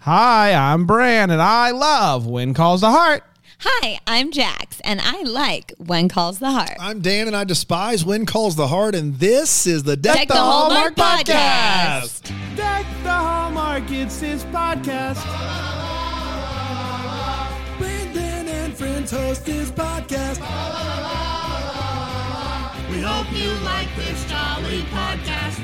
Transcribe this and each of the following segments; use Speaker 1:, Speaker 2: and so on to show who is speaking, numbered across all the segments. Speaker 1: Hi, I'm Bran, and I love When Calls the Heart.
Speaker 2: Hi, I'm Jax, and I like When Calls the Heart.
Speaker 3: I'm Dan, and I despise when calls the heart, and this is the Deck,
Speaker 2: Deck the Hallmark Podcast.
Speaker 1: Deck the Hallmark, it's his podcast.
Speaker 3: Brendan and friends host this podcast.
Speaker 4: We hope you like this jolly podcast.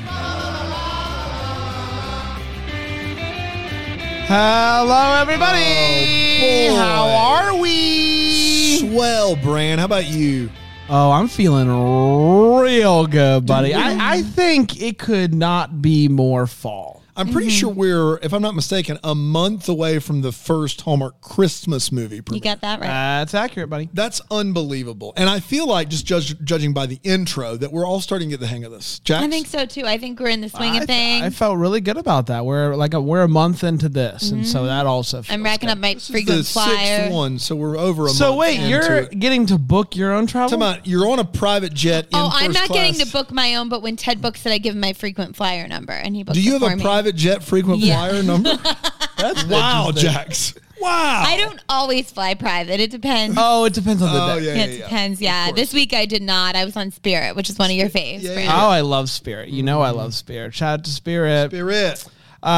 Speaker 1: Hello, everybody.
Speaker 3: Oh, boy.
Speaker 1: How are we?
Speaker 3: Swell, Bran. How about you?
Speaker 1: Oh, I'm feeling real good, buddy. I, I think it could not be more fall.
Speaker 3: I'm
Speaker 2: Mm-hmm.
Speaker 3: pretty sure we're, if I'm not mistaken, a month away from the first Hallmark Christmas movie.
Speaker 2: You
Speaker 3: premiere.
Speaker 2: got that right.
Speaker 1: That's accurate, buddy.
Speaker 3: That's unbelievable. And I feel like, just judge, judging by the intro, that we're all starting to get the hang of this. Jax?
Speaker 2: I think so too. I think we're in the swing
Speaker 1: I,
Speaker 2: of things.
Speaker 1: I felt really good about that. We're like a, we're a month into this, and so that also. Feels
Speaker 2: Mm-hmm. I'm racking
Speaker 1: good.
Speaker 2: up my
Speaker 3: This is the
Speaker 2: frequent
Speaker 3: sixth
Speaker 2: flyer.
Speaker 3: one, so we're over a
Speaker 1: So
Speaker 3: month.
Speaker 1: wait,
Speaker 3: into
Speaker 1: you're
Speaker 3: it.
Speaker 1: getting to book your own travel?
Speaker 3: Come on, you're on a private jet. In
Speaker 2: Oh, I'm
Speaker 3: first
Speaker 2: not getting
Speaker 3: class.
Speaker 2: to book my own, but when Ted books it, I give him my frequent flyer number, and he books.
Speaker 3: Do you
Speaker 2: it
Speaker 3: have
Speaker 2: for
Speaker 3: a
Speaker 2: me.
Speaker 3: private jet frequent
Speaker 2: Yeah.
Speaker 3: flyer number?
Speaker 1: That's
Speaker 3: wow,
Speaker 1: interesting.
Speaker 3: Jax. Wow.
Speaker 2: I don't always fly private. It depends.
Speaker 1: Oh, it depends on the
Speaker 3: Oh
Speaker 1: day.
Speaker 3: yeah, yeah,
Speaker 2: it
Speaker 3: yeah.
Speaker 2: depends. Yeah, this week I did not. I was on Spirit, which is one of your faves.
Speaker 3: Yeah,
Speaker 2: Brandon.
Speaker 3: yeah.
Speaker 1: Oh, I love Spirit. You know, I love Spirit. Shout out to Spirit.
Speaker 3: Spirit.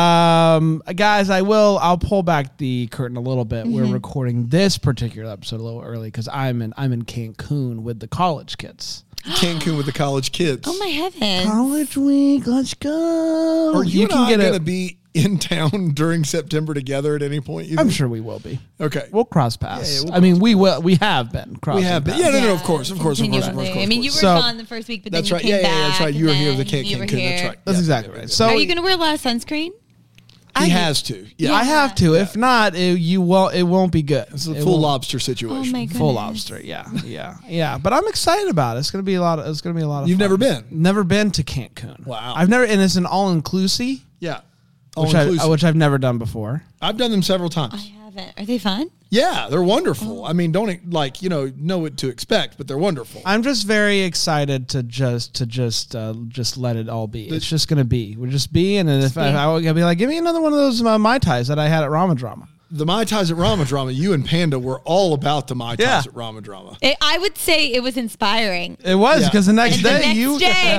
Speaker 1: Um, guys, I will. I'll pull back the curtain a little bit.
Speaker 2: Mm-hmm.
Speaker 1: We're recording this particular episode a little early because I'm in I'm in Cancun with the college kids.
Speaker 3: Cancun with the college kids.
Speaker 2: Oh my heaven!
Speaker 1: College week, let's go.
Speaker 3: Are you, and I
Speaker 1: it.
Speaker 3: going to be in town during September together at any point? You
Speaker 1: I'm
Speaker 3: think?
Speaker 1: sure we will be.
Speaker 3: Okay.
Speaker 1: We'll cross paths.
Speaker 3: Yeah, yeah, we'll
Speaker 1: I mean, we will. We have been crossing.
Speaker 3: we have been.
Speaker 1: paths.
Speaker 3: Yeah, no, no, of course, of course, of course, of course.
Speaker 2: continually. I mean, you were
Speaker 1: course. So-
Speaker 2: gone the first week, but then
Speaker 3: that's
Speaker 2: you
Speaker 3: right.
Speaker 2: came
Speaker 3: Yeah, yeah,
Speaker 2: back.
Speaker 3: yeah, that's right. You were here with the
Speaker 2: Cancun.
Speaker 3: Cancun. That's right.
Speaker 1: That's
Speaker 3: Yeah,
Speaker 1: exactly
Speaker 3: yeah,
Speaker 1: right.
Speaker 3: yeah.
Speaker 1: So
Speaker 2: Are you going to wear less sunscreen?
Speaker 3: he has to. Yeah.
Speaker 1: I have to. If not, it, you will. It won't be good.
Speaker 3: It's a
Speaker 1: It
Speaker 3: full
Speaker 1: won't-
Speaker 3: lobster
Speaker 2: Oh
Speaker 3: situation.
Speaker 2: my god!
Speaker 1: Full lobster. Yeah, yeah, yeah. But I'm excited about it. It's gonna be a lot. Of, it's gonna be a lot of.
Speaker 3: You've
Speaker 1: fun.
Speaker 3: never been?
Speaker 1: Never been to Cancun.
Speaker 3: Wow.
Speaker 1: I've never, and it's an all inclusive,
Speaker 3: Yeah. All
Speaker 1: which I
Speaker 3: inclusive.
Speaker 1: which I've never done before.
Speaker 3: I've done them several
Speaker 2: I
Speaker 3: times.
Speaker 2: haven't. Are they fun?
Speaker 3: Yeah, they're wonderful. I mean, don't e, like you know know what to expect, but they're wonderful.
Speaker 1: I'm just very excited to just to just uh, just let it all be. it's just gonna be. We're just being, and if I,
Speaker 2: be.
Speaker 1: I would be like, give me another one of those uh, mai tais that I had at Rama Drama.
Speaker 3: the Mai Tais at Rama Drama, you and Panda were all about the Mai Tais
Speaker 1: Yeah.
Speaker 3: at Rama Drama.
Speaker 2: It, Eh, I would say it was inspiring.
Speaker 1: It was
Speaker 3: Yeah.
Speaker 1: because the next
Speaker 2: And
Speaker 1: day
Speaker 2: the next
Speaker 1: you.
Speaker 2: day,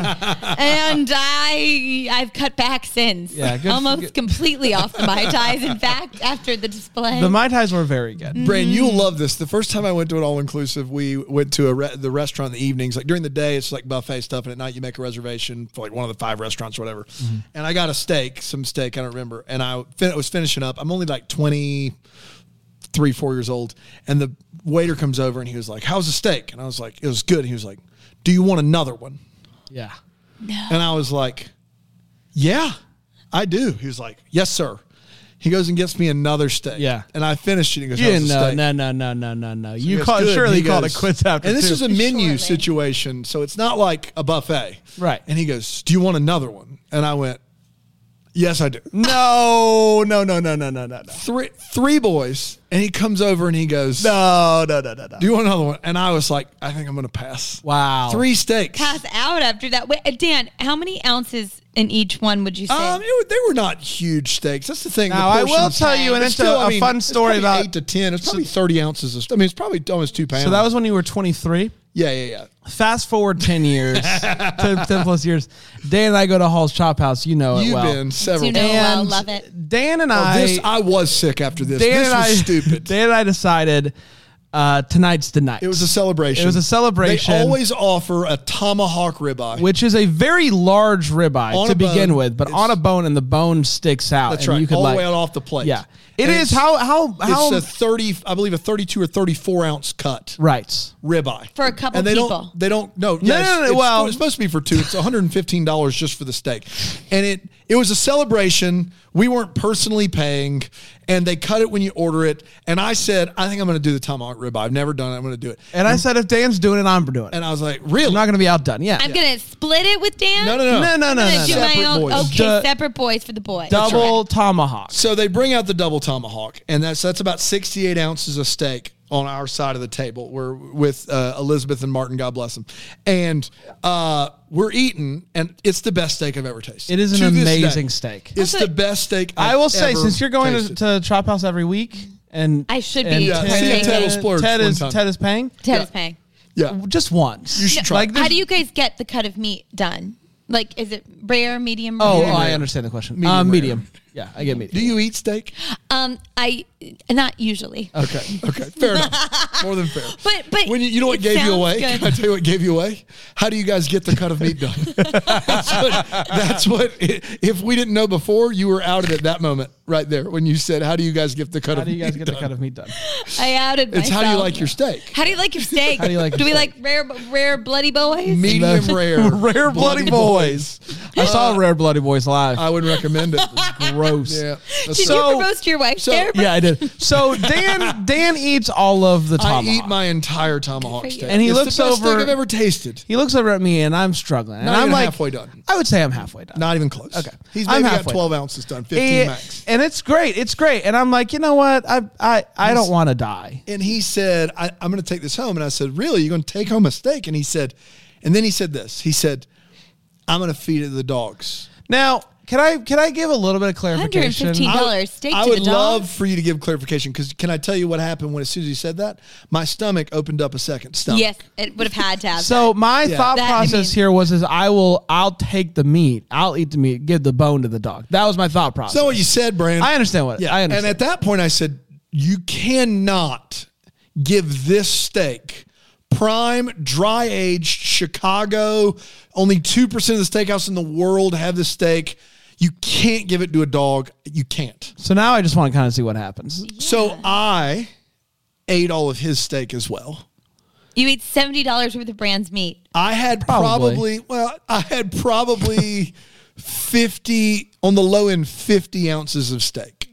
Speaker 2: and I I've cut back since.
Speaker 1: Yeah, good-
Speaker 2: almost
Speaker 1: good-
Speaker 2: completely off the mai tais. In fact, after the display,
Speaker 1: The mai tais were very good.
Speaker 3: Brain, you'll love this. The first time I went to an all inclusive, we went to a re- the restaurant in the evenings. Like during the day, it's like buffet stuff, and at night you make a reservation for like one of the five restaurants or whatever.
Speaker 1: Mm-hmm.
Speaker 3: And I got a steak, some steak, I don't remember. And I fin- was finishing up. I'm only like 23, four years old, and the waiter comes over and he was like, "How's the steak?" And I was like, "It was good." And he was like, "Do you want another one?"
Speaker 1: Yeah.
Speaker 3: And I was like, Yeah, I do. He was like, Yes, sir. He goes and gets me another steak.
Speaker 1: Yeah.
Speaker 3: And I finished it. And he goes,
Speaker 1: You
Speaker 3: "That was
Speaker 1: didn't
Speaker 3: a
Speaker 1: know.
Speaker 3: steak."
Speaker 1: No, no, no, no, no, no. You
Speaker 3: It's
Speaker 1: call,
Speaker 3: good.
Speaker 1: surely
Speaker 3: He
Speaker 1: called it
Speaker 3: goes-
Speaker 1: quits after
Speaker 3: And this
Speaker 1: two.
Speaker 3: is a menu
Speaker 2: Surely.
Speaker 3: situation, so it's not like a buffet.
Speaker 1: Right.
Speaker 3: And he goes, Do you want another one? And I went, Yes, I do.
Speaker 1: no, no, no, no, no, no, no, no.
Speaker 3: Three three boys. And he comes over and he goes,
Speaker 1: No, no, no, no, no.
Speaker 3: Do you want another one? And I was like, I think I'm gonna pass.
Speaker 1: Wow.
Speaker 3: Three steaks.
Speaker 2: pass out after that. Wait, uh, Dan, how many ounces in each one would you say?
Speaker 3: Um, it, wa- they were not huge steaks. That's the thing.
Speaker 1: Now,
Speaker 3: the
Speaker 1: I will
Speaker 3: portions-
Speaker 1: tell you, and
Speaker 3: But
Speaker 1: it's a- a fun
Speaker 3: it's
Speaker 1: story
Speaker 3: probably
Speaker 1: about-
Speaker 3: eight to ten. It's probably thirty ounces. Of, I mean, it's probably almost two pounds.
Speaker 1: So that was when you were 23.
Speaker 3: yeah, yeah, yeah.
Speaker 1: Fast forward 10 years, 10, 10 plus years. Dan and I go to Hall's Chop House. You know it
Speaker 3: You've
Speaker 1: well.
Speaker 3: been several.
Speaker 2: Do you know-
Speaker 3: times.
Speaker 2: Oh, well, love it.
Speaker 1: Dan and
Speaker 3: Oh,
Speaker 1: I.
Speaker 3: this I was sick after this.
Speaker 1: Dan
Speaker 3: this was
Speaker 1: and I,
Speaker 3: stupid.
Speaker 1: Dan and I decided uh, tonight's the night.
Speaker 3: it was a celebration.
Speaker 1: It was a celebration.
Speaker 3: They always offer a tomahawk ribeye.
Speaker 1: which is a very large ribeye
Speaker 3: On
Speaker 1: to
Speaker 3: a bone,
Speaker 1: begin with, but on a
Speaker 3: it's-
Speaker 1: bone and the bone sticks out.
Speaker 3: That's
Speaker 1: and
Speaker 3: right.
Speaker 1: You could
Speaker 3: All the
Speaker 1: like,
Speaker 3: way out off the plate.
Speaker 1: Yeah, it
Speaker 3: And
Speaker 1: is
Speaker 3: it's-
Speaker 1: how how how
Speaker 3: it's a thirty, I believe, a thirty-two or thirty-four ounce cut
Speaker 1: right.
Speaker 3: ribeye
Speaker 2: For a couple
Speaker 3: and they
Speaker 2: people.
Speaker 3: Don't, they don't. No, yeah,
Speaker 1: no,
Speaker 3: it's-
Speaker 1: no,
Speaker 3: It's,
Speaker 1: well-
Speaker 3: it's supposed to be for two. It's one hundred and fifteen dollars just for the steak, and it it was a celebration. We weren't personally paying, and they cut it when you order it. And I said, I think I'm going to do the tomahawk ribeye. I've never done it. I'm going to do it.
Speaker 1: And I said, if Dan's doing it, I'm doing it.
Speaker 3: And I was like, really?
Speaker 1: I'm not going to be outdone. Yeah,
Speaker 2: I'm gonna split it with Dan.
Speaker 3: no, no,
Speaker 1: No, no,
Speaker 3: no,
Speaker 1: no,
Speaker 2: I'm gonna
Speaker 1: no,
Speaker 2: do
Speaker 1: no.
Speaker 2: my
Speaker 3: Separate
Speaker 2: own.
Speaker 3: boys.
Speaker 2: Okay,
Speaker 1: Du-
Speaker 2: separate boys for the boys.
Speaker 1: double tomahawk.
Speaker 3: So they bring out the double tomahawk, and that's that's about sixty-eight ounces of steak on our side of the table. We're with uh, Elizabeth and Martin, God bless them. And uh, we're eating, and it's the best steak I've ever tasted.
Speaker 1: It is an
Speaker 3: To this day,
Speaker 1: amazing steak.
Speaker 3: It's
Speaker 2: Also-
Speaker 3: the best steak.
Speaker 1: I
Speaker 3: I've
Speaker 1: will say,
Speaker 3: ever
Speaker 1: since you're going to,
Speaker 3: tasted.
Speaker 1: to Chop House every week, and
Speaker 2: I should
Speaker 1: and
Speaker 2: be
Speaker 1: Ted-
Speaker 2: Yeah, see if Ted will
Speaker 3: splurge
Speaker 1: Ted
Speaker 3: one
Speaker 1: is
Speaker 3: time.
Speaker 1: Ted is paying
Speaker 2: Ted
Speaker 3: Yeah.
Speaker 2: is paying.
Speaker 3: yeah,
Speaker 1: just once.
Speaker 3: You should
Speaker 2: No,
Speaker 3: try.
Speaker 1: Like
Speaker 2: how
Speaker 1: there's-
Speaker 2: do you guys get the cut of meat done? Like, is it rare, medium?
Speaker 1: Oh,
Speaker 2: rare?
Speaker 1: I understand the question.
Speaker 3: Medium
Speaker 1: Medium.
Speaker 3: rare.
Speaker 1: medium. Yeah, I get medium.
Speaker 3: do you eat steak?
Speaker 2: um, I not usually.
Speaker 3: Okay, okay, fair enough. More than fair.
Speaker 2: But but
Speaker 3: When you, you know what
Speaker 2: it
Speaker 3: gave you
Speaker 2: sounds
Speaker 3: away?
Speaker 2: good.
Speaker 3: Can I tell you what gave you away? How do you guys get the cut of meat done? that's what. That's what if we didn't know before, you were outed at that moment right there when you said, "How do you guys get the cut
Speaker 1: How
Speaker 3: of
Speaker 1: do you guys
Speaker 3: meat
Speaker 1: get
Speaker 3: done?"
Speaker 1: the cut of meat done?
Speaker 2: I outed
Speaker 3: it's how do you
Speaker 2: myself.
Speaker 3: like your steak?
Speaker 2: How do you like your steak?
Speaker 1: How do you like
Speaker 2: Do
Speaker 1: your
Speaker 2: we
Speaker 1: steak?
Speaker 2: like rare rare bloody boys?
Speaker 3: Medium rare,
Speaker 1: Rare Bloody Boys. I saw Rare Bloody Boys live.
Speaker 3: Uh, I would recommend it.
Speaker 1: Gross.
Speaker 3: Yeah.
Speaker 2: Did
Speaker 1: So-
Speaker 2: you propose to your wife
Speaker 3: so-
Speaker 2: there?
Speaker 1: Yeah, I did. So Dan Dan eats all of the
Speaker 3: I
Speaker 1: tomahawk.
Speaker 3: eat my entire tomahawk
Speaker 2: Good for
Speaker 3: steak,
Speaker 2: you.
Speaker 1: And he
Speaker 3: It's
Speaker 1: looks
Speaker 3: the best
Speaker 1: over-
Speaker 3: Steak I've ever tasted.
Speaker 1: he looks over at me and I'm struggling. and
Speaker 3: Not
Speaker 1: I'm
Speaker 3: even
Speaker 1: like
Speaker 3: halfway done.
Speaker 1: I would say I'm halfway done.
Speaker 3: Not even close.
Speaker 1: Okay.
Speaker 3: he's
Speaker 1: I'm
Speaker 3: maybe got
Speaker 1: halfway.
Speaker 3: twelve ounces done, fifteen
Speaker 1: and,
Speaker 3: max.
Speaker 1: and it's great. It's great. And I'm like, you know what? I I, I don't want to die.
Speaker 3: And he said, I, I'm going to take this home. And I said, Really? You're going to take home a steak? And he said, And then he said this. He said, I'm going to feed it to the dogs.
Speaker 1: Now, can I can I give a little bit of clarification? Uh,
Speaker 2: $115.
Speaker 3: I would-
Speaker 2: Dollar steak
Speaker 3: I
Speaker 2: to
Speaker 3: would
Speaker 2: the dog?
Speaker 3: love for you to give clarification because can I tell you what happened when as soon as he said that? My stomach opened up a second stomach.
Speaker 2: Yes, it would have had to have.
Speaker 1: So
Speaker 2: that.
Speaker 1: my
Speaker 3: Yeah.
Speaker 1: thought
Speaker 2: That, I
Speaker 1: process
Speaker 2: mean-
Speaker 1: here was is I will I'll take the meat. I'll eat the meat, give the bone to the dog. That was my thought process.
Speaker 3: That's not what you said, Brandon.
Speaker 1: I understand what I understand.
Speaker 3: And at that point, I said, You cannot give this steak prime, dry aged Chicago. Only 2% of the steakhouse in the world have this steak. You can't give it to a dog. You can't.
Speaker 1: so now I just want to kind of see what happens.
Speaker 3: So I ate all of his steak as well.
Speaker 2: you ate seventy dollars worth of brand's meat.
Speaker 3: I had
Speaker 1: Probably.
Speaker 3: probably, well, I had probably 50, on the low end, 50 ounces of steak.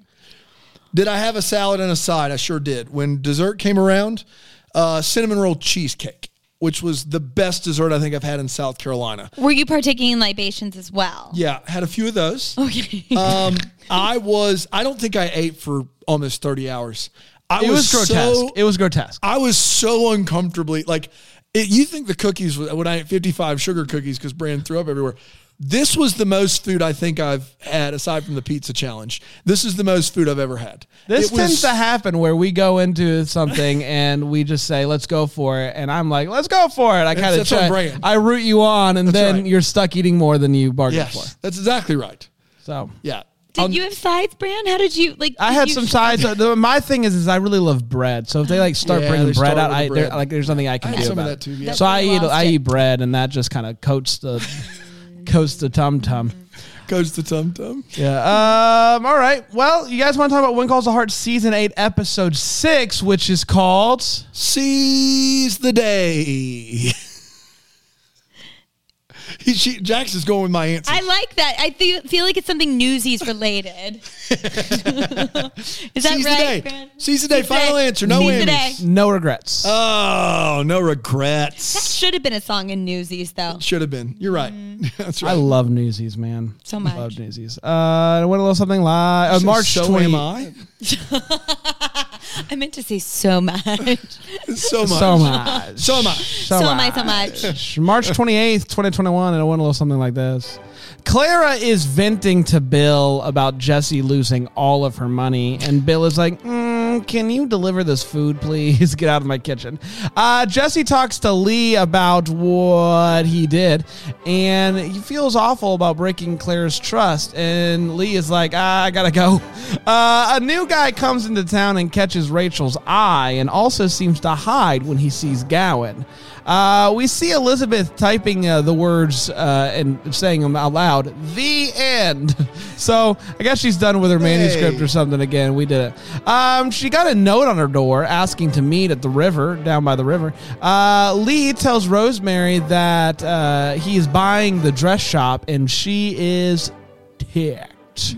Speaker 3: Did I have a salad and a side? I sure did. When dessert came around, uh, cinnamon roll cheesecake, which was the best dessert I think I've had in South Carolina.
Speaker 2: Were you partaking in libations as well?
Speaker 3: Yeah, had a few of those.
Speaker 2: Okay.
Speaker 1: Uh,
Speaker 3: Um, I was, I don't think I ate for almost 30 hours. I
Speaker 1: It was, grotesque.
Speaker 3: so-
Speaker 1: it was grotesque.
Speaker 3: I was so uncomfortably like, it, you think the cookies was- when I ate 55 sugar cookies because Brand threw up everywhere. This was the most food I think I've had aside from the pizza challenge. This is the most food I've ever had.
Speaker 1: This
Speaker 3: It was-
Speaker 1: tends to happen where we go into something and we just say, "Let's go for it," and I'm like, "Let's go for it." I kind of
Speaker 3: that's on brand.
Speaker 1: I root you on, and then
Speaker 3: right.
Speaker 1: you're stuck eating more than you bargained
Speaker 3: Yes,
Speaker 1: for.
Speaker 3: that's exactly right.
Speaker 1: So
Speaker 3: Yeah.
Speaker 2: Did
Speaker 3: Um,
Speaker 2: you have sides, Brand? How did you like?
Speaker 1: I
Speaker 2: did
Speaker 1: had
Speaker 2: you-
Speaker 1: some sides. Uh, the- My thing is, is I really love bread. So if they like start
Speaker 3: Yeah,
Speaker 1: bringing
Speaker 3: they
Speaker 1: bread
Speaker 3: start
Speaker 1: out,
Speaker 3: with the
Speaker 1: I there
Speaker 3: bread.
Speaker 1: like there's nothing I can
Speaker 3: I had
Speaker 1: do
Speaker 3: some of
Speaker 1: about
Speaker 3: that too,
Speaker 1: it.
Speaker 3: yeah.
Speaker 1: So I
Speaker 2: That's where I
Speaker 1: eat,
Speaker 2: lost
Speaker 1: I
Speaker 2: it.
Speaker 1: eat bread, and that just kind of coats the, coats the tum tum.
Speaker 3: goes the tum tum.
Speaker 1: Yeah. Um. All right. Well, you guys want to talk about When Calls the Heart season eight, episode six, which is called.
Speaker 3: Seize the day. he, she, Jax is going with my answer.
Speaker 2: I like that. I feel, feel like it's something Newsies related. Is that
Speaker 3: Seize
Speaker 2: right?
Speaker 3: the day.
Speaker 2: Brand?
Speaker 3: Seize the day. Final answer. No
Speaker 2: Seize the
Speaker 3: whammies.
Speaker 2: day.
Speaker 1: No regrets.
Speaker 3: Oh, no regrets.
Speaker 2: That should have been a song in Newsies, though.
Speaker 3: Should have been. You're right.
Speaker 2: Mm-hmm.
Speaker 3: That's right.
Speaker 1: I love Newsies, man.
Speaker 2: So much.
Speaker 1: Love Newsies. Uh, I want a little something live. Uh, March
Speaker 3: so
Speaker 1: 20.
Speaker 3: am I.
Speaker 2: I meant to say so much.
Speaker 3: So much.
Speaker 1: So much.
Speaker 3: So am I.
Speaker 2: so much, so much.
Speaker 1: March 28th, 2021, and I want a little something like this. Clara is venting to Bill about Jesse losing all of her money, and Bill is like, "Mm, Can you deliver this food, please? Get out of my kitchen. Uh, Jesse talks to Lee about what he did, and he feels awful about breaking Clara's trust. And Lee is like, "Ah, I gotta go. Uh, a new guy comes into town and catches Rachel's eye, and also seems to hide when he sees Gowan. Uh, we see Elizabeth typing uh, the words uh, and saying them out loud. The end. So I guess she's done with her manuscript or something again. We did it. Um, she got a note on her door asking to meet at the river, down by the river. Uh, Lee tells Rosemary that uh, he is buying the dress shop and she is ticked.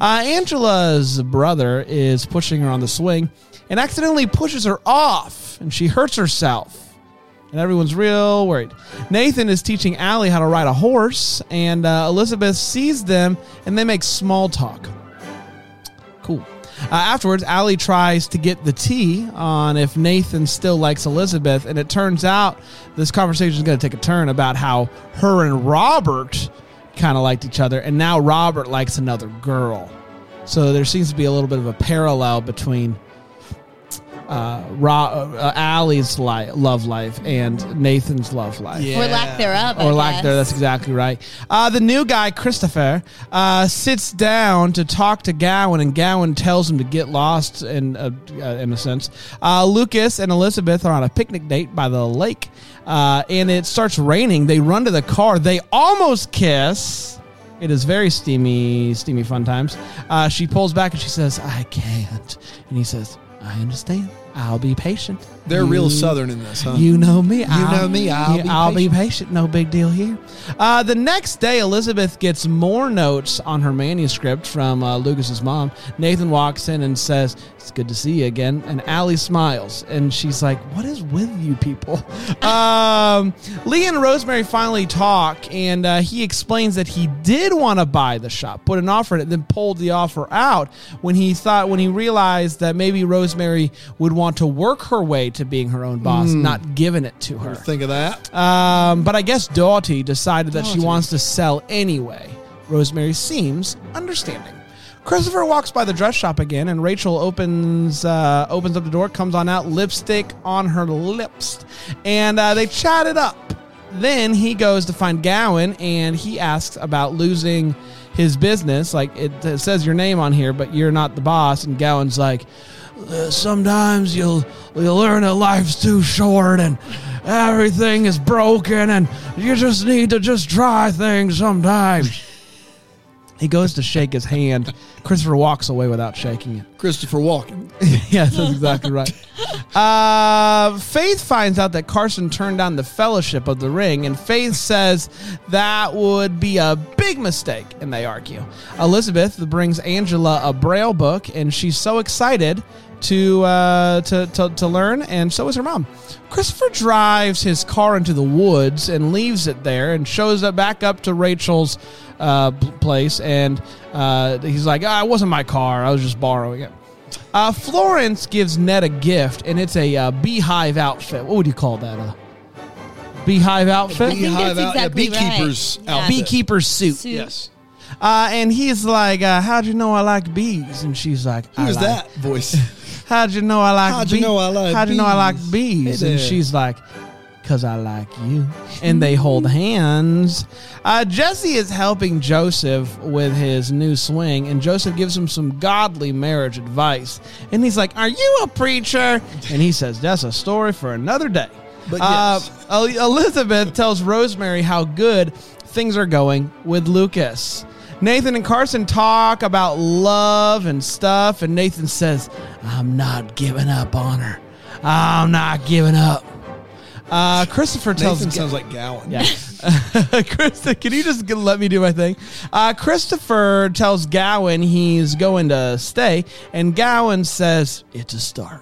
Speaker 1: Uh, Angela's brother is pushing her on the swing and accidentally pushes her off, and she hurts herself and everyone's real worried. Nathan is teaching Allie how to ride a horse, and uh, Elizabeth sees them, and they make small talk. Cool. Uh, afterwards, Allie tries to get the tea on if Nathan still likes Elizabeth, and it turns out this conversation is going to take a turn about how her and Robert kind of liked each other, and now Robert likes another girl. So there seems to be a little bit of a parallel between uh, Ro- uh, Allie's li- love life and Nathan's love life
Speaker 2: Or lack thereof. I
Speaker 1: or lack
Speaker 2: guess.
Speaker 1: there. That's exactly right. Uh, the new guy, Christopher, uh, sits down to talk to Gowan, and Gowan tells him to get lost. In uh, uh, in a sense, uh, Lucas and Elizabeth are on a picnic date by the lake, uh, and it starts raining. They run to the car. They almost kiss. It is very steamy, steamy fun times. Uh, she pulls back and she says, "I can't," and he says, "I understand. I'll be patient."
Speaker 3: They're real
Speaker 1: You
Speaker 3: southern in this, huh?
Speaker 1: you know me. You
Speaker 3: know me, I'll be
Speaker 1: patient. No big deal here. Uh, the next day, Elizabeth gets more notes on her manuscript from uh, Lucas's mom. Nathan walks in and says, "It's good to see you again." And Allie smiles, and she's like, "What is with you people?" um, Lee and Rosemary finally talk, and uh, he explains that he did want to buy the shop, put an offer in it, then pulled the offer out when he thought when he realized that maybe Rosemary would want to work her way to being her own boss, not giving it to her.
Speaker 3: Think of that.
Speaker 1: Um, but I guess Doughty decided that she wants to sell anyway. Rosemary seems understanding. Christopher walks by the dress shop again, and Rachel opens uh, opens up the door, comes on out, lipstick on her lips, and uh, they chat it up. Then he goes to find Gowan, and he asks about losing his business. Like it, it says your name on here, but you're not the boss. And Gowan's like, uh, sometimes you'll you'll learn that life's too short and everything is broken and you just need to just try things sometimes. he goes to shake his hand. Christopher walks away without shaking it.
Speaker 3: Christopher Walken.
Speaker 1: yeah, that's exactly right. Uh, Faith finds out that Carson turned down the Fellowship of the Ring, and Faith says that would be a big mistake, and they argue. Elizabeth brings Angela a Braille book, and she's so excited to, uh, to, to, to learn, and so is her mom. Christopher drives his car into the woods and leaves it there and shows up back up to Rachel's uh, p- place, and uh, he's like, ah, It wasn't my car, I was just borrowing it. Uh, Florence gives Ned a gift, and it's a uh, beehive outfit. What would you call that? A beehive outfit?
Speaker 2: think that's
Speaker 3: Beehive out- yeah,
Speaker 2: exactly right.
Speaker 3: beekeeper's
Speaker 2: Yeah.
Speaker 3: outfit.
Speaker 1: Beekeeper's suit.
Speaker 2: Suit.
Speaker 3: Yes.
Speaker 1: Uh, and he's like, uh, "How'd you know I like bees?" And she's like,
Speaker 3: Who
Speaker 1: "I
Speaker 3: is
Speaker 1: like-
Speaker 3: that voice?
Speaker 1: How'd you know I like?
Speaker 3: How'd you
Speaker 1: bee-
Speaker 3: know I like
Speaker 1: How'd you know I like
Speaker 3: bees?
Speaker 1: bees?"
Speaker 3: Hey
Speaker 1: and
Speaker 3: there.
Speaker 1: she's like, "Cause I like you." And they hold hands. Uh, Jesse is helping Joseph with his new swing, and Joseph gives him some godly marriage advice. And he's like, "Are you a preacher?" And he says, "That's a story for another day."
Speaker 3: But
Speaker 1: Uh,
Speaker 3: yes.
Speaker 1: El- Elizabeth tells Rosemary how good things are going with Lucas. Nathan and Carson talk about love and stuff, and Nathan says, I'm not giving up on her. I'm not giving up. Uh, Christopher tells
Speaker 3: Nathan sounds like Gowan.
Speaker 1: yeah. Krista, can you just g- let me do my thing? Uh, Christopher tells Gowan he's going to stay, and Gowan says, It's a start.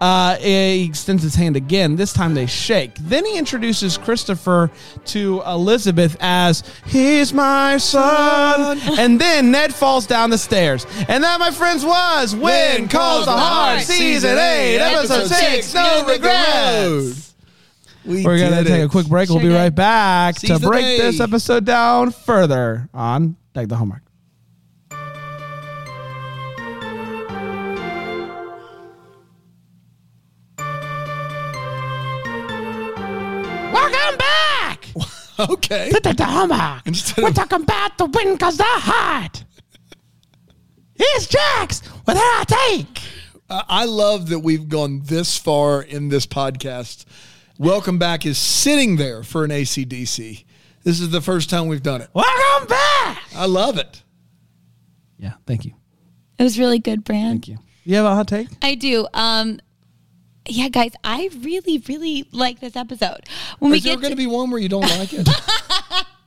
Speaker 1: Uh, he extends his hand again. This time they shake. Then he introduces Christopher to Elizabeth as, He's my son. and then Ned falls down the stairs. And that, my friends, was When Calls the Heart, Season 8, Episode 6, No Regrets.
Speaker 3: We
Speaker 1: We're
Speaker 3: did
Speaker 1: gonna take
Speaker 3: it.
Speaker 1: a quick break. We'll
Speaker 2: Sure
Speaker 1: be
Speaker 2: did.
Speaker 1: right back to
Speaker 3: Season
Speaker 1: break
Speaker 3: eight.
Speaker 1: this episode down further on Deck the Homework. Welcome back
Speaker 3: Okay.
Speaker 1: to Deck the Homework.
Speaker 3: Instead
Speaker 1: We're
Speaker 3: of-
Speaker 1: talking about the win cause the heart. Here's Jax with our take.
Speaker 3: I I love that we've gone this far in this podcast. Welcome back is sitting there for an ACDC. This is the first time we've done it.
Speaker 1: Welcome back.
Speaker 3: I love it.
Speaker 1: Yeah, thank you.
Speaker 2: It was really good, Brand.
Speaker 1: Thank you. You have a hot take?
Speaker 2: I do. Um, yeah, guys, I really, really like this episode. When we
Speaker 3: is there
Speaker 2: get
Speaker 3: going to
Speaker 2: to,
Speaker 3: be one where you don't like it?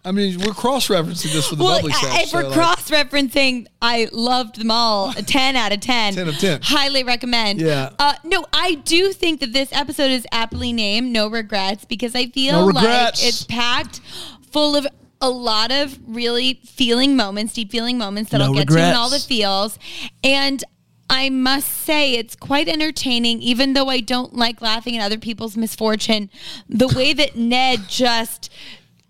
Speaker 3: I mean, we're cross referencing this with the
Speaker 2: well,
Speaker 3: bubbly
Speaker 2: I-
Speaker 3: stuff.
Speaker 2: if we're cross referencing, I loved them all. A ten out of ten.
Speaker 3: 10 of 10.
Speaker 2: Highly recommend.
Speaker 3: Yeah.
Speaker 2: Uh, no, I do think that this episode is aptly named "No Regrets" because I
Speaker 3: No
Speaker 2: feel like
Speaker 3: regrets.
Speaker 2: it's packed full of a lot of really feeling moments, deep feeling moments that
Speaker 1: No
Speaker 2: I'll get to in
Speaker 1: regrets.
Speaker 2: all the feels, and I must say it's quite entertaining, even though I don't like laughing at other people's misfortune. The way that Ned just.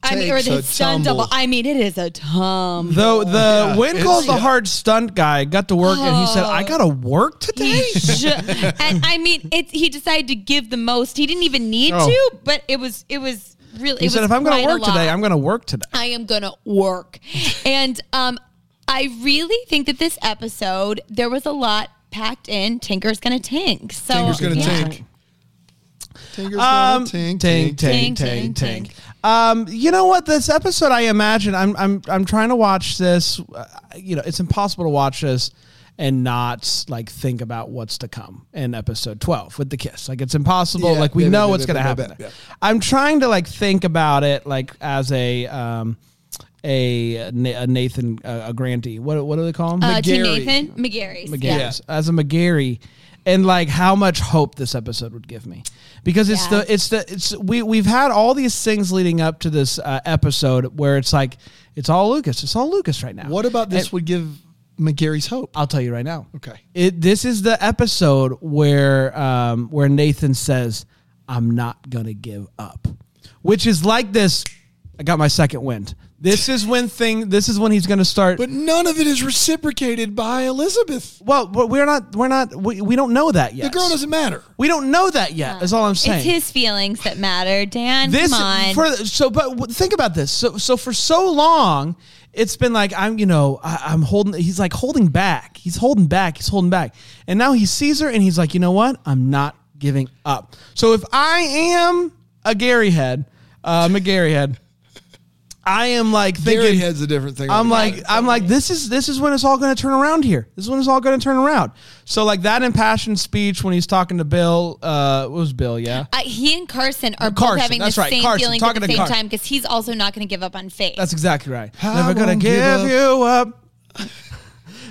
Speaker 2: I mean, or
Speaker 3: Takes a
Speaker 2: the stunt
Speaker 3: tumble.
Speaker 2: double. I mean, it is a tumble.
Speaker 1: Though the
Speaker 3: Oh, Yeah,
Speaker 1: Winkle's
Speaker 3: it's-
Speaker 1: the
Speaker 3: yeah.
Speaker 1: hard stunt guy got to work and he said,
Speaker 2: Oh.
Speaker 1: I gotta work today.
Speaker 2: Ju- and I mean, it's he decided to give the most. He didn't even need
Speaker 1: Oh.
Speaker 2: to, but it was it was really.
Speaker 1: He said, If I'm gonna work today, I'm gonna work today.
Speaker 2: I am gonna work, and um, I really think that this episode there was a lot packed in. Tinker's gonna tink. So
Speaker 3: Tinker's gonna
Speaker 2: yeah.
Speaker 3: tink. Tinker's
Speaker 1: Um,
Speaker 3: gonna tink, tink, tink.
Speaker 2: tink, tink, tink.
Speaker 1: Um, you know what? This episode, I imagine, I'm, I'm, I'm trying to watch this. Uh, you know, it's impossible to watch this and not like think about what's to come in episode 12 with the kiss. Like it's impossible.
Speaker 3: Yeah,
Speaker 1: like we
Speaker 3: yeah,
Speaker 1: know
Speaker 3: yeah,
Speaker 1: what's
Speaker 3: yeah,
Speaker 1: going to
Speaker 3: yeah,
Speaker 1: happen.
Speaker 3: yeah,
Speaker 1: there.
Speaker 3: yeah.
Speaker 1: I'm trying to like think about it like as a, um, a, a Nathan, uh, a, a grantee. What, what do they call him?
Speaker 2: Uh, Team
Speaker 3: McGarry.
Speaker 2: Nathan McGarry's.
Speaker 1: McGarry
Speaker 2: Yeah.
Speaker 1: as a McGarry, and like how much hope this episode would give me, because it's
Speaker 2: Yeah.
Speaker 1: the it's the it's we we've had all these things leading up to this uh, episode where it's like it's all Lucas, it's all Lucas right now.
Speaker 3: What about this
Speaker 1: And
Speaker 3: would give McGarry's hope?
Speaker 1: I'll tell you right now.
Speaker 3: Okay.
Speaker 1: it this is the episode where um where Nathan says, "I'm not gonna give up," which is like this. I got my second wind. This is when thing. This is when he's gonna start.
Speaker 3: But none of it is reciprocated by Elizabeth.
Speaker 1: well, but we're not. We're not. We, we don't know that yet.
Speaker 3: The girl doesn't matter.
Speaker 1: We don't know that yet. Is all I'm saying.
Speaker 2: It's his feelings that matter, Dan.
Speaker 1: this
Speaker 2: come on.
Speaker 1: for so, but w- think about this. So, so for so long, it's been like I'm, you know, I, I'm holding. He's like holding back. He's holding back. He's holding back. And now he sees her, and he's like, you know what? I'm not giving up. So if I am a Gary head, uh, McGarry head, I am like thinking.
Speaker 3: Gary head's a different thing.
Speaker 1: I'm like, I'm like, this is this is when it's all going to turn around here. This is when it's all going to turn around. So like that impassioned speech when he's talking to Bill, uh, it was Bill, yeah.
Speaker 2: I, he and Carson are
Speaker 1: Carson,
Speaker 2: both having the
Speaker 1: that's right,
Speaker 2: same
Speaker 1: Carson,
Speaker 2: feelings at
Speaker 1: talking
Speaker 2: the
Speaker 1: to
Speaker 2: same
Speaker 1: Carson.
Speaker 2: time because he's also not going to give up on faith.
Speaker 1: That's exactly right.
Speaker 3: I
Speaker 1: Never gonna
Speaker 3: won't
Speaker 1: give,
Speaker 3: give up.
Speaker 1: you up.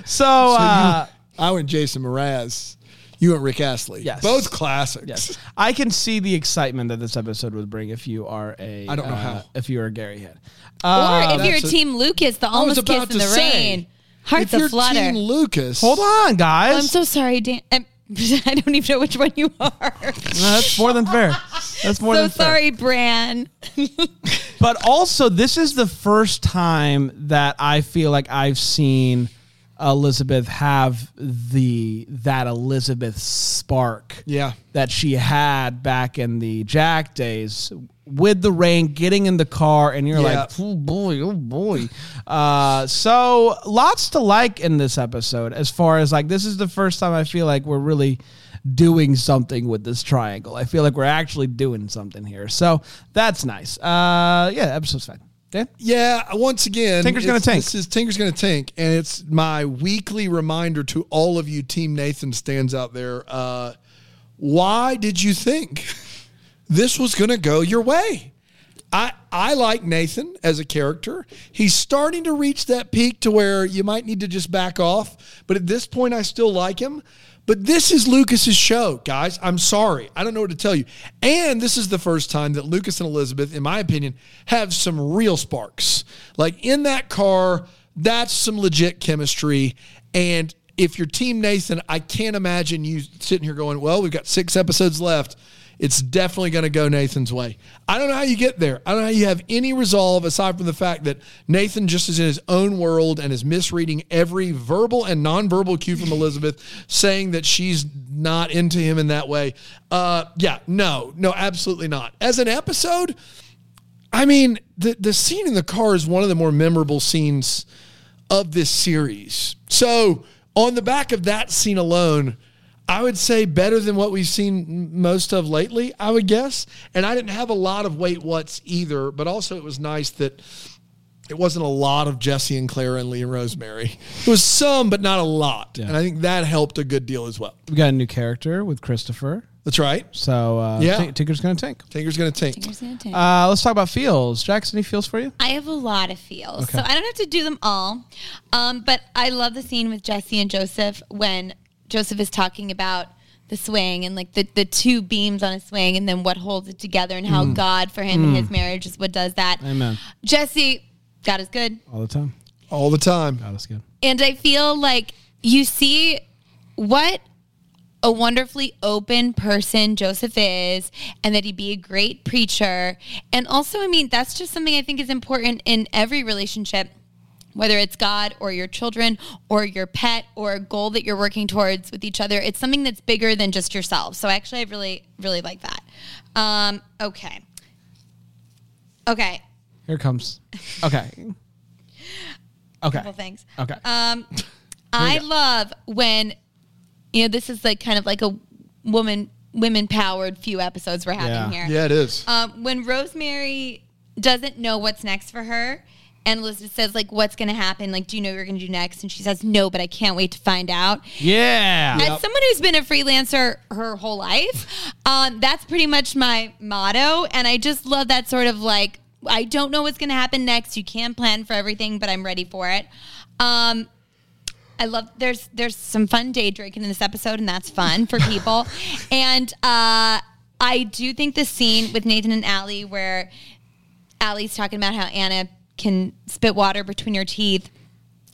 Speaker 1: So, uh,
Speaker 3: I went Jason Mraz. You went Rick Astley.
Speaker 1: Yes.
Speaker 3: Both classics.
Speaker 1: yes, I can see the excitement that this episode would bring if you are a
Speaker 3: I don't know
Speaker 1: uh,
Speaker 3: how.
Speaker 1: if you are a Gary head. Uh,
Speaker 2: or if you're
Speaker 3: that's a-
Speaker 2: Team Lucas, the
Speaker 3: was
Speaker 2: almost kiss
Speaker 3: about
Speaker 2: in the
Speaker 3: to say,
Speaker 2: rain, hearts
Speaker 3: if you're
Speaker 2: a flutter.
Speaker 3: Team Lucas,
Speaker 1: Hold on, guys.
Speaker 2: I'm so sorry, Dan. I'm, I don't even know which one you are.
Speaker 1: No, that's more than fair. That's more
Speaker 2: so
Speaker 1: than fair.
Speaker 2: sorry, Bran.
Speaker 1: But also, this is the first time that I feel like I've seen Elizabeth have the that Elizabeth spark.
Speaker 3: Yeah.
Speaker 1: That she had back in the Jack days with the rain getting in the car and you're
Speaker 3: Yeah.
Speaker 1: like, oh boy, oh boy. Uh, so lots to like in this episode as far as like this is the first time I feel like we're really doing something with this triangle. I feel like we're actually doing something here. So that's nice. Uh, yeah, episode's fine. Dan?
Speaker 3: Yeah, once again,
Speaker 1: Tinker's gonna
Speaker 3: it's-
Speaker 1: tank.
Speaker 3: This is Tinker's gonna tank, and it's my weekly reminder to all of you Team Nathan stands out there. Uh, why did you think this was gonna go your way? I I like Nathan as a character. He's starting to reach that peak to where you might need to just back off, but at this point, I still like him. But this is Lucas's show, guys. I'm sorry. I don't know what to tell you. And this is the first time that Lucas and Elizabeth, in my opinion, have some real sparks. Like in that car, that's some legit chemistry. And if you're Team Nathan, I can't imagine you sitting here going, well, we've got six episodes left. It's definitely going to go Nathan's way. I don't know how you get there. I don't know how you have any resolve aside from the fact that Nathan just is in his own world and is misreading every verbal and nonverbal cue from Elizabeth, saying that she's not into him in that way. Uh, yeah, no, no, absolutely not. As an episode, I mean, the the scene in the car is one of the more memorable scenes of this series. So, on the back of that scene alone, I would say better than what we've seen m- most of lately, I would guess. And I didn't have a lot of wait what's either, but also it was nice that it wasn't a lot of Jesse and Clara and Lee and Rosemary. It was some, but not a lot. And I think that helped a good deal as well.
Speaker 1: We got a new character with Christopher.
Speaker 3: That's right.
Speaker 1: So uh,
Speaker 3: Yeah.
Speaker 1: Tink- Tinker's going to tank.
Speaker 3: Tinker's going to tank.
Speaker 1: Uh, let's talk about feels. Jackson, any feels for you?
Speaker 2: I have a lot of feels, so I don't have to do them all. Um, but I love the scene with Jesse and Joseph when Joseph is talking about the swing and like the, the two beams on a swing and then what holds it together and how God for him and his marriage is what does that.
Speaker 1: Amen.
Speaker 2: Jesse, God is good.
Speaker 1: All the time.
Speaker 3: All the time.
Speaker 1: Oh, that's good.
Speaker 2: And I feel like you see what a wonderfully open person Joseph is and that he'd be a great preacher. And also, I mean, that's just something I think is important in every relationship, whether it's God or your children or your pet or a goal that you're working towards with each other. It's something that's bigger than just yourself. So actually, I really, really like that. Um, okay. Okay.
Speaker 1: Here it comes. Okay. Okay.
Speaker 2: Couple things.
Speaker 1: Okay.
Speaker 2: Um, I love when you know this is like kind of like a woman women powered few episodes we're
Speaker 1: Yeah.
Speaker 2: having here.
Speaker 3: Yeah, it is.
Speaker 2: Um, when Rosemary doesn't know what's next for her, and Elizabeth says like, "What's going to happen? Like, do you know what you're going to do next?" And she says, "No, but I can't wait to find out."
Speaker 1: yeah.
Speaker 2: As someone who's been a freelancer her whole life, um, that's pretty much my motto. And I just love that sort of like, I don't know what's going to happen next. You can plan for everything, but I'm ready for it. Um, I love there's there's some fun day drinking in this episode, and that's fun for people. and uh, I do think the scene with Nathan and Allie where Allie's talking about how Anna can spit water between her teeth.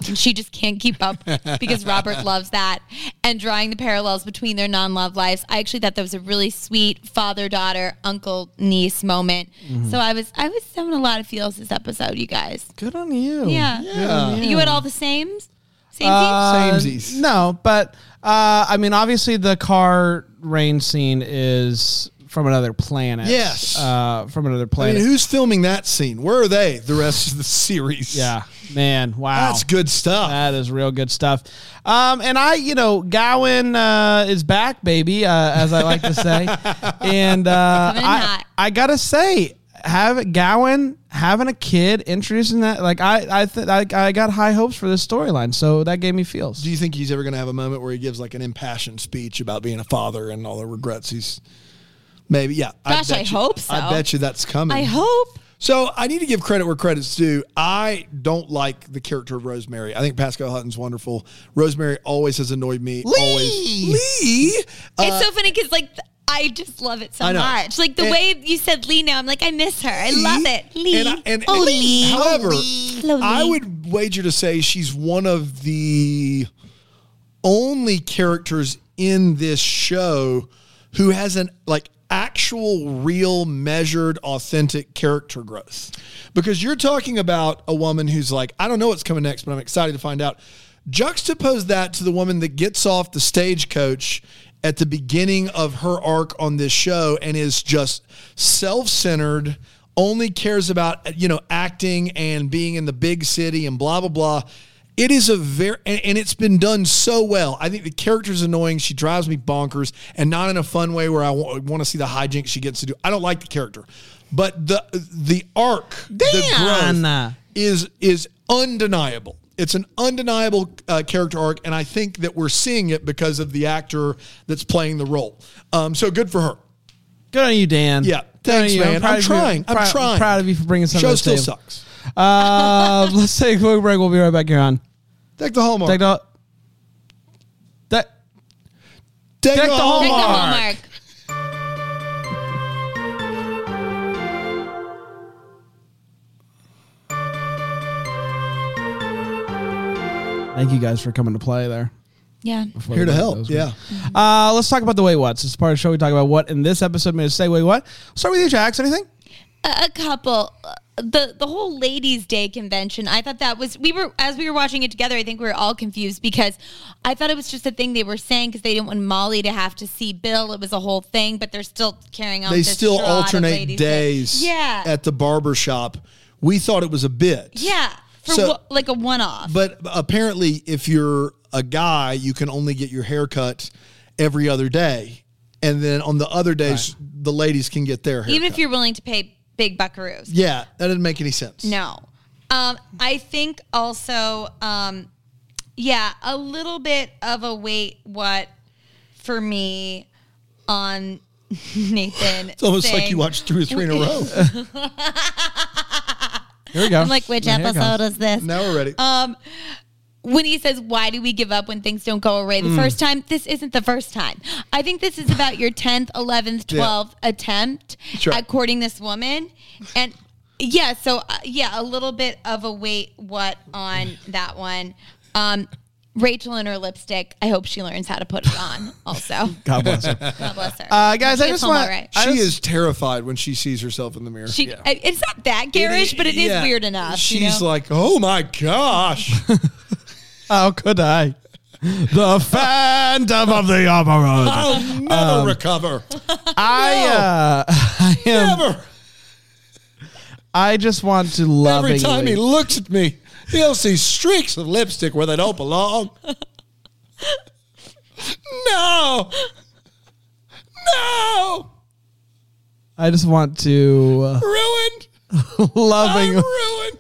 Speaker 2: And she just can't keep up because Robert loves that. And drawing the parallels between their non love lives. I actually thought that was a really sweet father daughter, uncle niece moment.
Speaker 3: Mm-hmm.
Speaker 2: So I was I was having a lot of feels this episode, you guys.
Speaker 1: Good on you.
Speaker 2: Yeah.
Speaker 3: Yeah.
Speaker 2: You had all the same same
Speaker 1: Uh,
Speaker 3: Samesies.
Speaker 1: No, but uh, I mean, obviously, the car rain scene is from another planet.
Speaker 3: Yes.
Speaker 1: Uh, from another
Speaker 3: I
Speaker 1: planet.
Speaker 3: mean, who's filming that scene? Where are they? The rest of the series.
Speaker 1: yeah. Man. Wow.
Speaker 3: that's good stuff.
Speaker 1: That is real good stuff. Um, and I, you know, Gowan uh, is back, baby, uh, as I like to say. and uh,
Speaker 2: Coming in
Speaker 1: I,
Speaker 2: hot.
Speaker 1: I gotta say, have Gowan having a kid, introducing that, like I, I, th- I, I got high hopes for this storyline, so that gave me feels.
Speaker 3: Do you think he's ever going to have a moment where he gives like an impassioned speech about being a father and all the regrets he's maybe? Yeah.
Speaker 2: Gosh, I
Speaker 3: bet you-
Speaker 2: hope so.
Speaker 3: I bet you that's coming.
Speaker 2: I hope.
Speaker 3: So I need to give credit where credit's due. I don't like the character of Rosemary. I think Pascal Hutton's wonderful. Rosemary always has annoyed me. Always. Lee. Uh,
Speaker 2: it's so funny because like th- I just love it so
Speaker 3: I know.
Speaker 2: much. Like the
Speaker 3: And-
Speaker 2: way you said Lee now, I'm like I miss her. I love it, Lee.
Speaker 3: And I- and-
Speaker 2: oh,
Speaker 3: and-
Speaker 2: Lee.
Speaker 3: However,
Speaker 2: Hello,
Speaker 3: I
Speaker 2: Lee.
Speaker 3: would wager to say she's one of the only characters in this show who has an like actual real measured authentic character growth because you're talking about a woman who's like i don't know what's coming next but i'm excited to find out juxtapose that to the woman that gets off the stagecoach at the beginning of her arc on this show and is just self-centered only cares about you know acting and being in the big city and blah blah blah it is a very and, and it's been done so well i think the character's annoying she drives me bonkers and not in a fun way where I want to see the hijinks she gets to do i don't like the character but the the arc the growth
Speaker 1: Diana.
Speaker 3: is is undeniable it's an undeniable uh, character arc, and I think that we're seeing it because of the actor that's playing the role. Um, so good for her.
Speaker 1: Good on you, Dan.
Speaker 3: Yeah,
Speaker 1: Good on
Speaker 3: thanks,
Speaker 1: you.
Speaker 3: man. I'm,
Speaker 1: proud of you.
Speaker 3: trying. I'm
Speaker 1: Proud-
Speaker 3: trying.
Speaker 1: Proud of you for bringing something.
Speaker 3: Show
Speaker 1: to the
Speaker 3: still
Speaker 1: table.
Speaker 3: sucks.
Speaker 1: Uh, let's take a quick break. We'll be right back here on.
Speaker 3: Take the hallmark.
Speaker 1: Take the. That. Take the
Speaker 3: Take the
Speaker 2: Take the
Speaker 3: hallmark.
Speaker 2: hallmark.
Speaker 1: Thank you guys for coming to play there.
Speaker 2: Yeah.
Speaker 3: Here to
Speaker 1: Those
Speaker 3: help.
Speaker 1: were-
Speaker 3: Yeah.
Speaker 1: Uh, let's talk about the Wait What's. It's part of the show we talk about what in this episode made us say Wait What. Start with you, Jax. Anything?
Speaker 2: a, a couple Uh, the the whole ladies day convention i thought that was we were as we were watching it together i think we were all confused because i thought it was just a thing they were saying because they didn't want molly to have to see bill it was a whole thing but they're still carrying on
Speaker 3: They
Speaker 2: with this
Speaker 3: still
Speaker 2: charade of
Speaker 3: alternate
Speaker 2: Ladies' Day.
Speaker 3: days
Speaker 2: yeah
Speaker 3: at the barber shop. We thought it was a bit.
Speaker 2: yeah for
Speaker 3: So-
Speaker 2: wha- like a one-off
Speaker 3: But apparently, if you're a guy, you can only get your hair cut every other day. And then on the other days, the ladies can get their hair
Speaker 2: even if you're willing to pay big buckaroos
Speaker 3: Yeah, that didn't make any sense.
Speaker 2: No. Um, I think also, um, yeah, a little bit of a wait what for me on Nathan.
Speaker 3: It's almost like
Speaker 2: saying-
Speaker 3: you watched two or three in a row.
Speaker 1: Here we go.
Speaker 2: I'm like, which
Speaker 1: Here it
Speaker 2: episode
Speaker 1: comes.
Speaker 2: is this?
Speaker 3: now we're ready.
Speaker 2: Uh, When he says, why do we give up when things don't go our way the
Speaker 1: Mm.
Speaker 2: first time? This isn't the first time. I think this is about your 10th, 11th,
Speaker 3: Yeah.
Speaker 2: 12th attempt
Speaker 3: Sure.
Speaker 2: at courting this woman. And yeah, so uh, yeah, a little bit of a wait what on that one. Um, Rachel and her lipstick. I hope she learns how to put it on. Also,
Speaker 1: God bless her.
Speaker 2: God bless her.
Speaker 1: Uh, guys, I
Speaker 2: She gets
Speaker 1: just
Speaker 2: home
Speaker 1: want
Speaker 2: all right.
Speaker 1: I
Speaker 3: she
Speaker 1: just-
Speaker 3: is terrified when she sees herself in the mirror.
Speaker 2: She, I- it's not that garish, but it is
Speaker 3: Yeah.
Speaker 2: weird enough.
Speaker 3: She's
Speaker 2: you know?
Speaker 3: like, oh my gosh.
Speaker 1: How could I? The phantom of the opera.
Speaker 3: I'll never recover.
Speaker 1: I uh, I am.
Speaker 3: Never.
Speaker 1: I just want to love.
Speaker 3: Every time he looks at me, he'll see streaks of lipstick where they don't belong. no. No.
Speaker 1: I just want to
Speaker 3: Ruined.
Speaker 1: uh,
Speaker 3: I'm
Speaker 1: loving.
Speaker 3: ruined.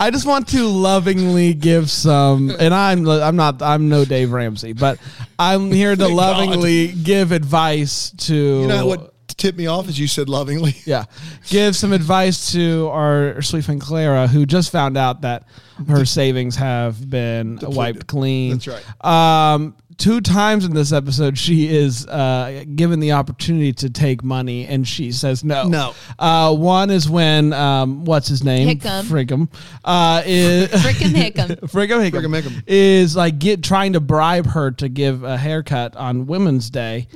Speaker 1: I just want to lovingly give some, and I'm I'm not I'm no Dave Ramsey, but I'm here to
Speaker 3: Thank
Speaker 1: lovingly give advice to.
Speaker 3: You know what tipped me off is you said lovingly.
Speaker 1: Yeah, give some advice to our sweet friend Clara, who just found out that her savings have been wiped clean.
Speaker 3: That's right.
Speaker 1: Um, two times in this episode, she is uh, given the opportunity to take money, and she says no.
Speaker 3: No.
Speaker 1: Uh, one is when um, what's his name?
Speaker 2: Hickam.
Speaker 1: Frickum. Uh, is
Speaker 2: Frickin' Hickam.
Speaker 1: Frickum Hickam.
Speaker 3: Frickum Hickam.
Speaker 1: is like get trying to bribe her to give a haircut on Women's Day.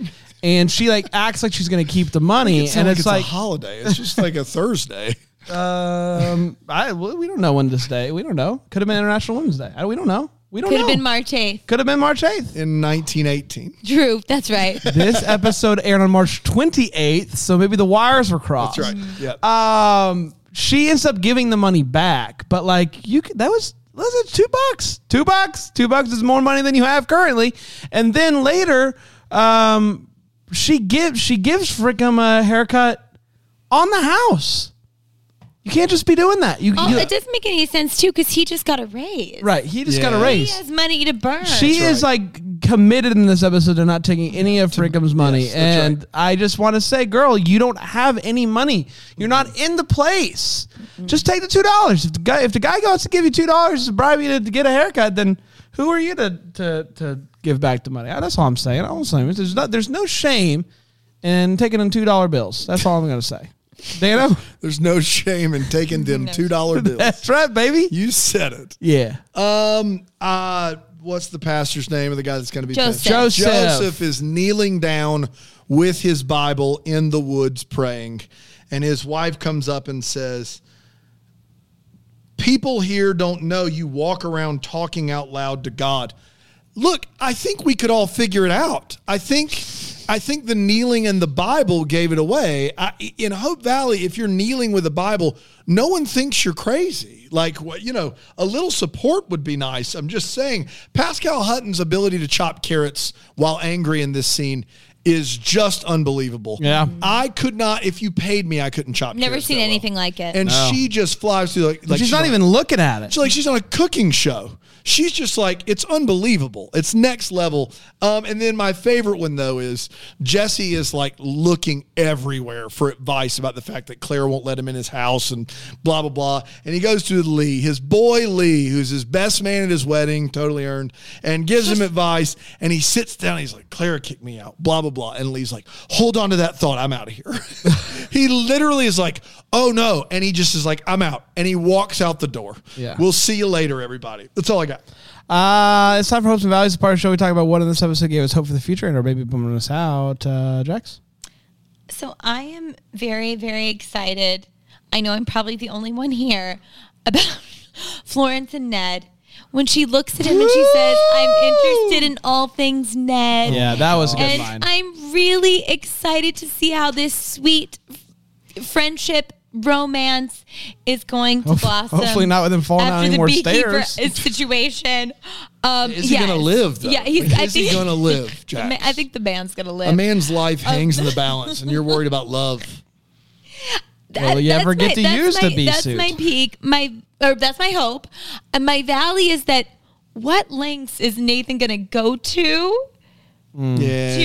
Speaker 1: And she like acts like she's gonna keep the money,
Speaker 3: It's not
Speaker 1: and it's like
Speaker 3: a holiday. It's just like a Thursday.
Speaker 1: um, I we we don't know when this day. We don't know. Could have been International Women's Day. I- We don't know. We don't
Speaker 2: Could have
Speaker 1: know.
Speaker 2: been March 8th.
Speaker 1: Could have been March eighth.
Speaker 3: In 1918.
Speaker 2: Drew, that's right.
Speaker 1: this episode aired on March twenty eighth, so maybe the wires were crossed.
Speaker 3: That's right. Yeah.
Speaker 1: Um, she ends up giving the money back, but like you, c- that was listen, two bucks, two bucks, two bucks is more money than you have currently. And then later, um, she gives she gives Frickum a haircut on the house. You can't just be doing that. You,
Speaker 2: Oh,
Speaker 1: you
Speaker 2: it doesn't make any sense too, because he just got a raise.
Speaker 1: right? He just got a
Speaker 3: Yeah.
Speaker 2: He
Speaker 1: raise.
Speaker 2: has money to burn.
Speaker 1: She is like committed in this episode to not taking any of Frickham's money.
Speaker 3: yes, that's
Speaker 1: and I just want to say, girl, you don't have any money. You're not in the place.
Speaker 3: Mm-hmm.
Speaker 1: Just take the two dollars. If the guy if the guy goes to give you two dollars to bribe you to, to get a haircut, then who are you to to, to give back the money? That's all I'm saying. All I'm saying is there's no, there's no shame in taking in two dollar bills. That's all I'm gonna say. Dano,
Speaker 3: There's no shame in taking them two dollar bills.
Speaker 1: that's right, baby.
Speaker 3: You said it.
Speaker 1: Yeah.
Speaker 3: Um. Uh. What's the pastor's name of the guy that's going to be
Speaker 2: Joseph.
Speaker 3: pastor?
Speaker 1: Joseph.
Speaker 3: Joseph is kneeling down with his Bible in the woods praying, and his wife comes up and says, "People here don't know you walk around talking out loud to God." Look, I think we could all figure it out. I think, I think the kneeling and the Bible gave it away. I, in Hope Valley, if you're kneeling with a Bible, no one thinks you're crazy. Like what you know, a little support would be nice. I'm just saying, Pascal Hutton's ability to chop carrots while angry in this scene is just unbelievable.
Speaker 1: Yeah.
Speaker 3: I could not. If you paid me, I couldn't chop.
Speaker 2: Never
Speaker 3: carrots
Speaker 2: seen
Speaker 3: that well.
Speaker 2: anything like it.
Speaker 3: And she just flies through like, like
Speaker 1: she's
Speaker 3: she
Speaker 1: not
Speaker 3: don't-
Speaker 1: even looking at it.
Speaker 3: she's like she's on a cooking show. She's just like it's unbelievable. It's next level. Um, and then my favorite one though is Jesse is like looking everywhere for advice about the fact that Claire won't let him in his house and blah blah blah. And he goes to Lee, his boy Lee, who's his best man at his wedding, totally earned, and gives him advice. And he sits down. he's like, Clara kicked me out. Blah blah blah. And Lee's like, hold on to that thought. I'm out of here. he literally is like, oh no, and he just is like, I'm out, and he walks out the door.
Speaker 1: Yeah.
Speaker 3: We'll see you later, everybody. That's all I got.
Speaker 1: Uh, it's time for Hopes and Values, the part of the show we talk about what in this episode gave us hope for the future and our baby booming us out. Uh, Jax?
Speaker 2: So I am very, very excited. I know I'm probably the only one here about Florence and Ned. When she looks at him and she says, I'm interested in all things Ned.
Speaker 1: Yeah, that was a good
Speaker 2: and
Speaker 1: line.
Speaker 2: I'm really excited to see how this sweet f- friendship romance is going to
Speaker 1: Hope-
Speaker 2: blossom.
Speaker 1: hopefully not with him falling down
Speaker 2: after
Speaker 1: any
Speaker 2: the
Speaker 1: more
Speaker 2: beekeeper
Speaker 1: stairs.
Speaker 2: is- situation. Um,
Speaker 3: Is he gonna
Speaker 2: yes.
Speaker 3: live, though?
Speaker 2: Yeah, he's,
Speaker 3: Like,
Speaker 2: I
Speaker 3: is he
Speaker 2: think,
Speaker 3: gonna live,
Speaker 2: the ma-
Speaker 3: Jax?
Speaker 2: I think Um, the man's gonna live.
Speaker 3: A man's life hangs in the balance, and you're worried about love.
Speaker 1: Well, you
Speaker 2: that's
Speaker 1: ever get to
Speaker 2: that's
Speaker 1: use the
Speaker 2: my-
Speaker 1: bee
Speaker 2: That's
Speaker 1: suit.
Speaker 2: my peak. My or that's my hope. And my valley is that what lengths is Nathan going to go to
Speaker 3: Mm. Yeah.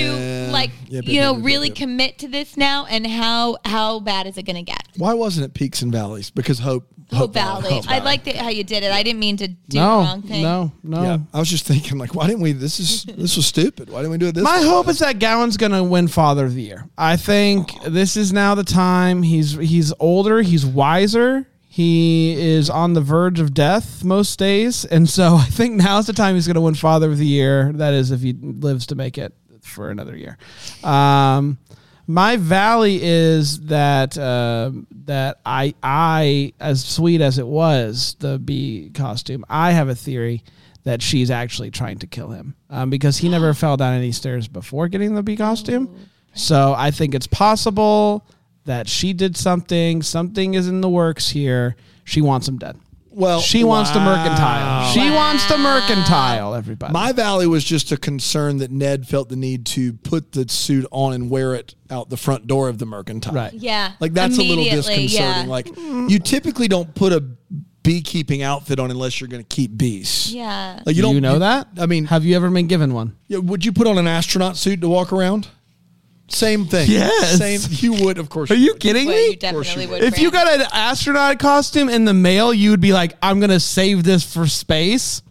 Speaker 2: to like
Speaker 3: Yep,
Speaker 2: you
Speaker 3: yep,
Speaker 2: know
Speaker 3: yep, yep,
Speaker 2: really
Speaker 3: yep.
Speaker 2: commit to this now? And how how bad is it going to get?
Speaker 3: Why wasn't it peaks and valleys? Because hope.
Speaker 2: Hope Valley.
Speaker 3: Hope
Speaker 2: I liked it how you did it. I didn't mean to do the
Speaker 1: No,
Speaker 2: wrong thing.
Speaker 1: no, no.
Speaker 3: Yeah. I was just thinking, like, why didn't we? This is this was stupid. Why didn't we do it this?
Speaker 1: My
Speaker 3: way?
Speaker 1: hope is that Gowan's going to win Father of the Year. I think this is now the time. He's he's older, he's wiser. He is on the verge of death most days, and so I think now's the time he's going to win Father of the Year. That is, if he lives to make it for another year. Um, my valley is that uh, that I I as sweet as it was the bee costume. I have a theory that she's actually trying to kill him um, because he never fell down any stairs before getting the bee costume. So I think it's possible that she did something. Something is in the works here. She wants him dead.
Speaker 3: Well,
Speaker 1: She wants to mercantile. She wants to mercantile. Everybody.
Speaker 3: My valley was just a concern that Ned felt the need to put the suit on and wear it out the front door of the mercantile.
Speaker 1: Right.
Speaker 2: Yeah.
Speaker 3: Like that's a little
Speaker 2: Immediately,
Speaker 3: disconcerting.
Speaker 2: yeah.
Speaker 3: Like you typically don't put a beekeeping outfit on unless you're going to keep bees.
Speaker 2: Yeah.
Speaker 3: Like you
Speaker 1: you
Speaker 3: don't
Speaker 1: do you know that?
Speaker 3: I mean,
Speaker 1: have you ever been given one?
Speaker 3: yeah, would you put on an astronaut suit to walk around? Same thing.
Speaker 1: Yes.
Speaker 3: Same. You would, of course. would.
Speaker 1: kidding
Speaker 2: Well, you definitely
Speaker 3: you
Speaker 2: would.
Speaker 1: If you
Speaker 2: Fran.
Speaker 1: got an astronaut costume in the mail, you would be like, "I'm gonna save this for space."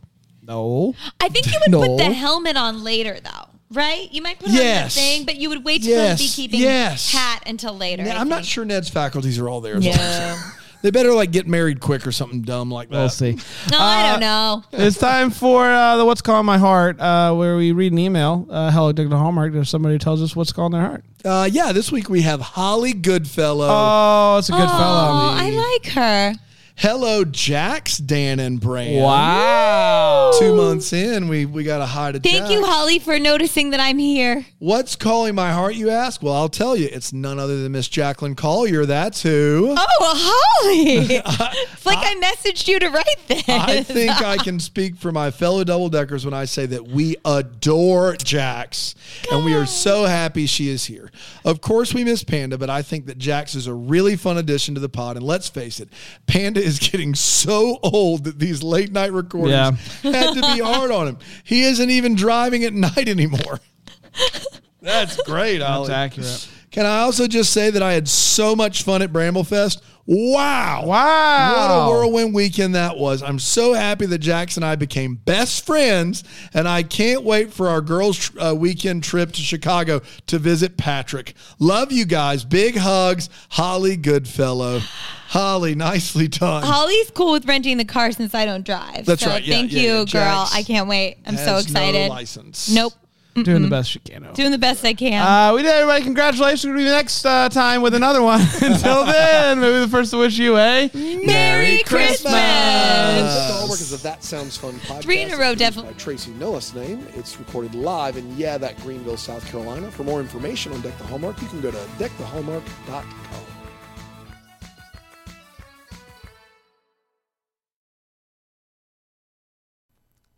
Speaker 1: No,
Speaker 2: I think you would put
Speaker 1: No.
Speaker 2: the helmet on later, though, right? You might put on the
Speaker 3: Yes.
Speaker 2: thing, but you would wait to
Speaker 3: Yes.
Speaker 2: put the beekeeping
Speaker 3: Yes.
Speaker 2: hat until later.
Speaker 3: Yeah,
Speaker 2: I
Speaker 3: I'm not
Speaker 2: think.
Speaker 3: sure Ned's faculties are all there. is all I'm saying.
Speaker 2: Yeah.
Speaker 3: They better like get married quick or something dumb like that.
Speaker 1: we'll see.
Speaker 2: no, I
Speaker 3: Uh,
Speaker 2: don't know.
Speaker 1: it's time for uh, the "What's Calling My Heart," uh, where we read an email. Uh, hello, Dick to Hallmark. There's somebody who tells us what's calling their heart.
Speaker 3: Uh, yeah, this week we have Holly Goodfellow.
Speaker 1: Oh, it's a good
Speaker 2: oh,
Speaker 1: fellow.
Speaker 2: I like her.
Speaker 3: Hello, Jax, Dan, and Brand.
Speaker 1: Wow.
Speaker 3: Two months in, we we got a hi to
Speaker 2: Thank
Speaker 3: Jax.
Speaker 2: you, Holly, for noticing that I'm here.
Speaker 3: What's calling my heart, you ask? Well, I'll tell you, it's none other than Miss Jacqueline Collier. That's who.
Speaker 2: Oh, Holly! it's like I, messaged you to write this.
Speaker 3: I think I can speak for my fellow double deckers when I say that we adore Jax and we are so happy she is here. Of course, we miss Panda, but I think that Jax is a really fun addition to the pod. And let's face it, Panda is getting so old that these late night recordings
Speaker 1: Yeah.
Speaker 3: had to be hard on him. He isn't even driving at night anymore. That's great, Ollie.
Speaker 1: That's accurate.
Speaker 3: Can I also just say that I had so much fun at Bramblefest? Wow.
Speaker 1: Wow.
Speaker 3: What a whirlwind weekend that was. I'm so happy that Jax and I became best friends, and I can't wait for our girls' uh, weekend trip to Chicago to visit Patrick. Love you guys. Big hugs. Holly Goodfellow. Holly, nicely done.
Speaker 2: Holly's cool with renting the car since I don't drive.
Speaker 3: That's
Speaker 2: so
Speaker 3: right. Yeah,
Speaker 2: thank
Speaker 3: yeah,
Speaker 2: you,
Speaker 3: yeah.
Speaker 2: girl.
Speaker 3: Jax
Speaker 2: I can't wait. I'm so
Speaker 3: Has no
Speaker 2: excited.
Speaker 3: license.
Speaker 2: Nope.
Speaker 1: Doing the best you can. Over.
Speaker 2: Doing the best I can.
Speaker 1: Uh, we did, everybody. Congratulations. We'll be next uh, time with another one. Until then, maybe the first to wish you a
Speaker 2: Merry Christmas.
Speaker 5: The Hallmarkers of That Sounds Fun podcast.
Speaker 2: Three in a
Speaker 5: is
Speaker 2: row,
Speaker 5: produced
Speaker 2: definitely.
Speaker 5: By Tracy Noah's name. It's recorded live in, yeah, that Greenville, South Carolina. For more information on Deck the Hallmark, you can go to deckthehallmark.com.